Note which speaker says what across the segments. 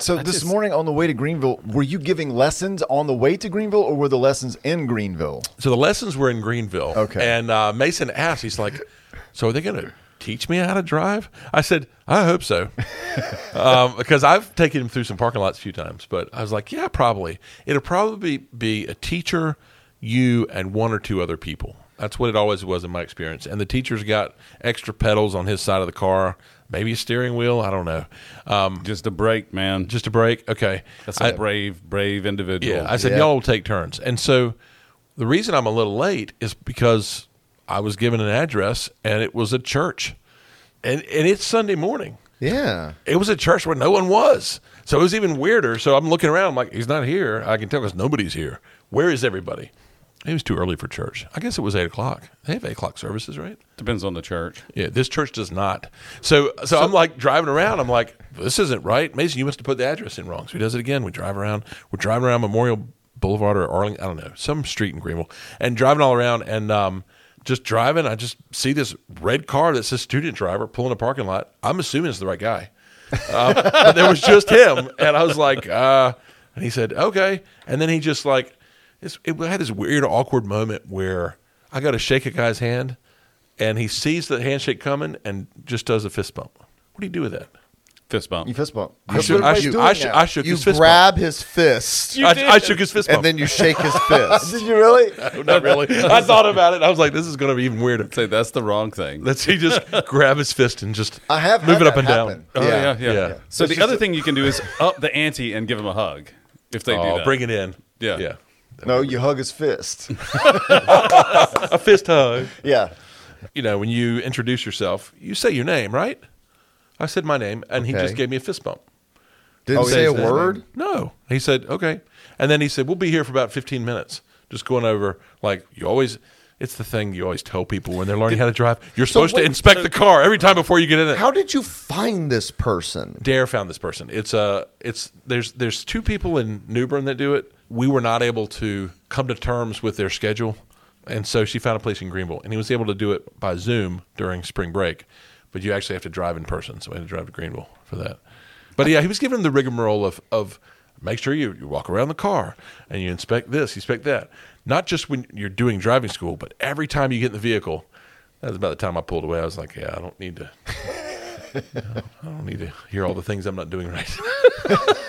Speaker 1: So
Speaker 2: I
Speaker 1: this
Speaker 2: just-
Speaker 1: morning on the way to Greenville, were you giving lessons on the way to Greenville, or were the lessons in Greenville?
Speaker 2: So the lessons were in Greenville.
Speaker 1: Okay.
Speaker 2: And uh, Mason asked, he's like, "So are they going to teach me how to drive?" I said, "I hope so," um, because I've taken him through some parking lots a few times. But I was like, "Yeah, probably. It'll probably be a teacher, you, and one or two other people." That's what it always was in my experience. And the teacher's got extra pedals on his side of the car, maybe a steering wheel. I don't know. Um,
Speaker 3: Just a break, man.
Speaker 2: just a break. Okay.
Speaker 3: That's a
Speaker 2: I-
Speaker 3: brave, brave individual.
Speaker 2: yeah, I said
Speaker 1: Yeah.
Speaker 2: y'all will take turns. And so the reason I'm a little late is because I was given an address and it was a church. And and it's Sunday morning.
Speaker 1: Yeah.
Speaker 2: It was a church where no one was. So it was even weirder. So I'm looking around I'm like he's not here. I can tell because nobody's here. Where is everybody? It was too early for church. I guess it was eight o'clock. They have eight o'clock services, right?
Speaker 3: Depends on the church.
Speaker 2: Yeah, this church does not. So, so, I'm like driving around. I'm like, this isn't right, Mason. You must have put the address in wrong. So he does it again. We drive around. We're driving around Memorial Boulevard or Arlington. I don't know some street in Greenville, and driving all around and um, just driving. I just see this red car that says student driver pulling a parking lot. I'm assuming it's the right guy, um, but there was just him, and I was like, uh, and he said, okay, and then he just like, it's, it had this weird awkward moment where I got to shake a guy's hand and he sees the handshake coming and just does a fist bump. What do you do with that?
Speaker 3: Fist bump.
Speaker 1: You fist bump.
Speaker 2: I
Speaker 1: That's
Speaker 2: shook-
Speaker 1: what
Speaker 2: I
Speaker 1: everybody's
Speaker 2: shook-
Speaker 1: doing
Speaker 2: I shook-
Speaker 1: now.
Speaker 2: I shook
Speaker 4: you
Speaker 2: his fist
Speaker 4: grab his fist
Speaker 2: I, I shook his fist bump.
Speaker 4: and then you shake his
Speaker 1: Did
Speaker 4: fist.
Speaker 1: you really?
Speaker 2: Not really. I thought about it. I was like, this is going to be even weirder.
Speaker 3: say that's the wrong thing.
Speaker 2: Let's he just grab his fist and just
Speaker 1: I have
Speaker 2: move
Speaker 1: had
Speaker 2: it up
Speaker 1: that
Speaker 2: and
Speaker 1: happen.
Speaker 2: down.
Speaker 3: oh, yeah, yeah.
Speaker 2: Yeah. Yeah.
Speaker 3: So the other thing you can do is up the ante and give him a hug if they do
Speaker 2: Oh,
Speaker 3: that.
Speaker 2: bring it in.
Speaker 3: Yeah.
Speaker 2: yeah.
Speaker 1: No, you hug his fist.
Speaker 2: A fist hug.
Speaker 1: Yeah.
Speaker 2: You know, when you introduce yourself, you say your name, right? I said my name, and he
Speaker 1: Okay.
Speaker 2: just gave me a fist bump.
Speaker 4: Didn't
Speaker 1: Oh,
Speaker 4: say
Speaker 1: yeah,
Speaker 4: a
Speaker 1: his name.
Speaker 4: word.
Speaker 2: No. He said, okay. And then he said, we'll be here for about 15 minutes, just going over, like, you always, it's the thing you always tell people when they're learning how to drive. You're supposed
Speaker 4: wait,
Speaker 2: to inspect the car every time before you get in it.
Speaker 4: How did you find this person?
Speaker 2: Dare found this person. It's uh, it's there's there's two people in Newbern that do it. We were not able to come to terms with their schedule, and so she found a place in Greenville, and he was able to do it by Zoom during spring break, but you actually have to drive in person, so we had to drive to Greenville for that. But yeah, he was given the rigmarole of of make sure you, you walk around the car and you inspect this, you inspect that, not just when you're doing driving school, but every time you get in the vehicle. That was about the time I pulled away. I was like, yeah, I don't need to I don't need to hear all the things I'm not doing right.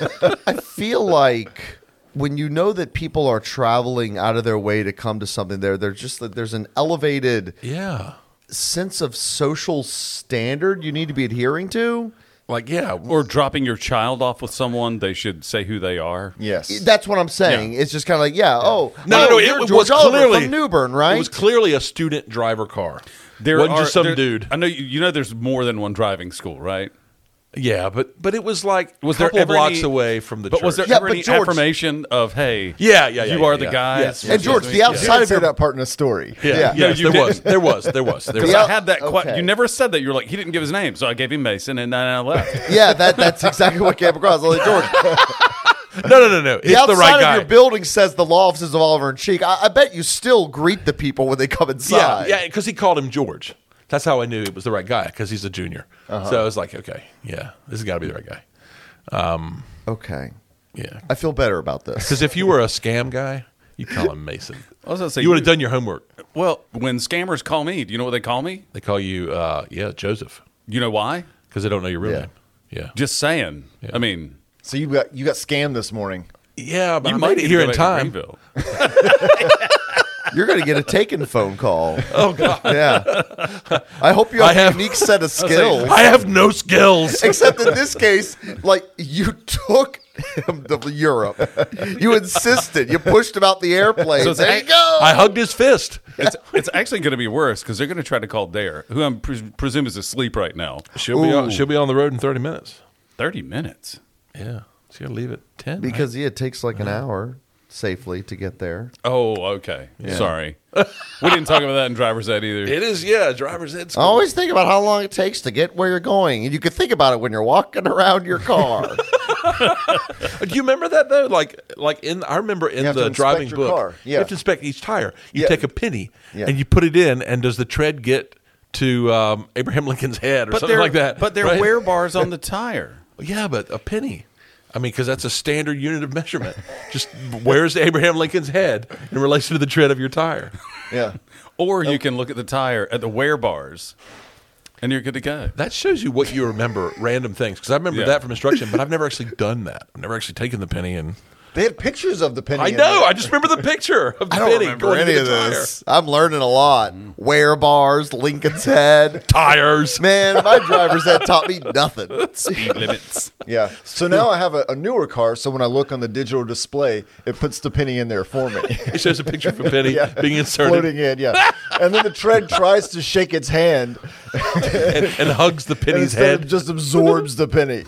Speaker 4: I feel like when you know that people are traveling out of their way to come to something there, there's just that there's an elevated
Speaker 2: yeah.
Speaker 4: sense of social standard you need to be adhering to.
Speaker 2: Like, yeah.
Speaker 3: Or dropping your child off with someone, they should say who they are.
Speaker 1: Yes.
Speaker 4: That's what I'm saying. It's just kind of like, yeah, oh,
Speaker 2: no,
Speaker 4: oh,
Speaker 2: no,
Speaker 4: you're
Speaker 2: it
Speaker 4: George
Speaker 2: was
Speaker 4: Oliver
Speaker 2: clearly
Speaker 4: from Newbern, right?
Speaker 2: It was clearly a student driver car. There wasn't just some
Speaker 3: there-
Speaker 2: dude.
Speaker 3: I know you, you know there's more than one driving school, right?
Speaker 2: yeah, but but it was like
Speaker 3: Was
Speaker 2: was
Speaker 3: there
Speaker 2: couple
Speaker 3: ever
Speaker 2: blocks
Speaker 3: any-
Speaker 2: away from the
Speaker 3: But
Speaker 2: church.
Speaker 3: was there
Speaker 4: Yeah,
Speaker 3: ever
Speaker 4: but
Speaker 3: any
Speaker 4: George-
Speaker 3: affirmation of hey,
Speaker 2: Yeah, yeah, yeah,
Speaker 3: you
Speaker 2: yeah,
Speaker 3: are the
Speaker 2: yeah.
Speaker 3: guy?
Speaker 2: Yes.
Speaker 4: and George, the
Speaker 1: You
Speaker 4: outside
Speaker 1: did
Speaker 4: of
Speaker 1: say
Speaker 4: your
Speaker 1: that part in the story.
Speaker 2: yeah,
Speaker 4: Yeah.
Speaker 2: yes,
Speaker 3: No, you
Speaker 2: there was, there was, there was, there was.
Speaker 3: I
Speaker 4: Yeah.
Speaker 3: had that. que-
Speaker 4: Okay.
Speaker 3: you never said that. You were like, he didn't give his name, so I gave him Mason, and then I left.
Speaker 4: yeah, that that's exactly what came across. I was Like George,
Speaker 2: No, no, no,
Speaker 4: the
Speaker 2: no. It's the
Speaker 4: outside
Speaker 2: right
Speaker 4: of
Speaker 2: guy.
Speaker 4: your building says the law offices of Oliver and Cheek. I, I bet you still greet the people when they come
Speaker 2: yeah,
Speaker 4: inside.
Speaker 2: yeah, because he called him George. That's how I knew it was the right guy because he's a junior. So I was like, okay, yeah, this has got to be the right guy.
Speaker 4: Okay,
Speaker 2: Yeah,
Speaker 4: I feel better about this.
Speaker 2: because if you were a scam guy, you would call him Mason.
Speaker 3: I was gonna say,
Speaker 2: you would have
Speaker 3: you-
Speaker 2: done your homework.
Speaker 3: well, when scammers call me, do you know what they call me?
Speaker 2: They call you, uh, yeah, Joseph,
Speaker 3: You know why?
Speaker 2: because they don't know your real
Speaker 1: Yeah.
Speaker 2: name. Yeah,
Speaker 3: Just saying. I mean,
Speaker 1: So you got you got scammed this morning.
Speaker 2: yeah, but
Speaker 3: you
Speaker 2: I
Speaker 3: might
Speaker 2: made
Speaker 3: need
Speaker 2: it
Speaker 3: to
Speaker 2: here
Speaker 3: go
Speaker 2: in
Speaker 3: back to
Speaker 2: time.
Speaker 3: Greenville.
Speaker 4: You're gonna get a taken phone call. Oh god. Yeah. I hope you have,
Speaker 2: I have-
Speaker 4: a unique set of skills.
Speaker 2: I have no skills.
Speaker 4: Except in this case, like you took him to Europe. You insisted. You pushed him out the airplane.
Speaker 3: So it's
Speaker 4: there
Speaker 3: a-
Speaker 4: you go.
Speaker 2: I hugged his fist.
Speaker 3: It's, it's actually going to be worse because they're going to try to call Dare, who I'm pres presume is asleep right now.
Speaker 2: She'll be on, she'll be on the road in thirty minutes.
Speaker 3: Thirty minutes.
Speaker 2: Yeah, she'll leave at ten. right?
Speaker 4: Because yeah, it takes like an hour safely to get there.
Speaker 3: Oh, okay. Sorry, we didn't talk about that in driver's ed either.
Speaker 2: it is. Yeah, driver's ed.
Speaker 4: I
Speaker 2: School.
Speaker 4: always think about how long it takes to get where you're going, and you can think about it when you're walking around your car.
Speaker 2: Do you remember that though? Like, like in I remember in
Speaker 1: You have to
Speaker 2: the
Speaker 1: inspect
Speaker 2: driving
Speaker 1: your
Speaker 2: book,
Speaker 1: car.
Speaker 2: you
Speaker 1: Yeah.
Speaker 2: have to inspect each tire. You
Speaker 1: Yeah.
Speaker 2: take a penny
Speaker 1: Yeah.
Speaker 2: and you put it in, and does the tread get to um, Abraham Lincoln's head or
Speaker 3: but
Speaker 2: something
Speaker 3: they're
Speaker 2: like that?
Speaker 3: But they're
Speaker 2: right?
Speaker 3: wear bars on the tire.
Speaker 2: Yeah, but a penny. I mean, because that's a standard unit of measurement. Just where's Abraham Lincoln's head in relation to the tread of your tire?
Speaker 1: Yeah.
Speaker 3: Or you can look at the tire at the wear bars, and you're good to go.
Speaker 2: That shows you what you remember, random things. Because I remember
Speaker 3: Yeah.
Speaker 2: that from instruction, but I've never actually done that. I've never actually taken the penny and.
Speaker 1: They had pictures of the penny.
Speaker 2: I
Speaker 1: in
Speaker 2: know.
Speaker 1: there.
Speaker 2: I just remember the picture of the
Speaker 4: I don't
Speaker 2: penny
Speaker 4: remember
Speaker 2: going into
Speaker 4: any of
Speaker 2: the tire.
Speaker 4: this. I'm learning a lot. Wear bars, Lincoln's head.
Speaker 2: Tires.
Speaker 4: Man, my driver's head taught me nothing.
Speaker 3: Speed limits.
Speaker 1: Yeah. So now I have a, a newer car. So when I look on the digital display, it puts the penny in there for me.
Speaker 2: It shows a picture of a penny being inserted
Speaker 1: Floating in, yeah. And then the tread tries to shake its hand
Speaker 2: and, and hugs the
Speaker 1: and
Speaker 2: penny's
Speaker 1: instead
Speaker 2: head.
Speaker 1: it just absorbs the penny.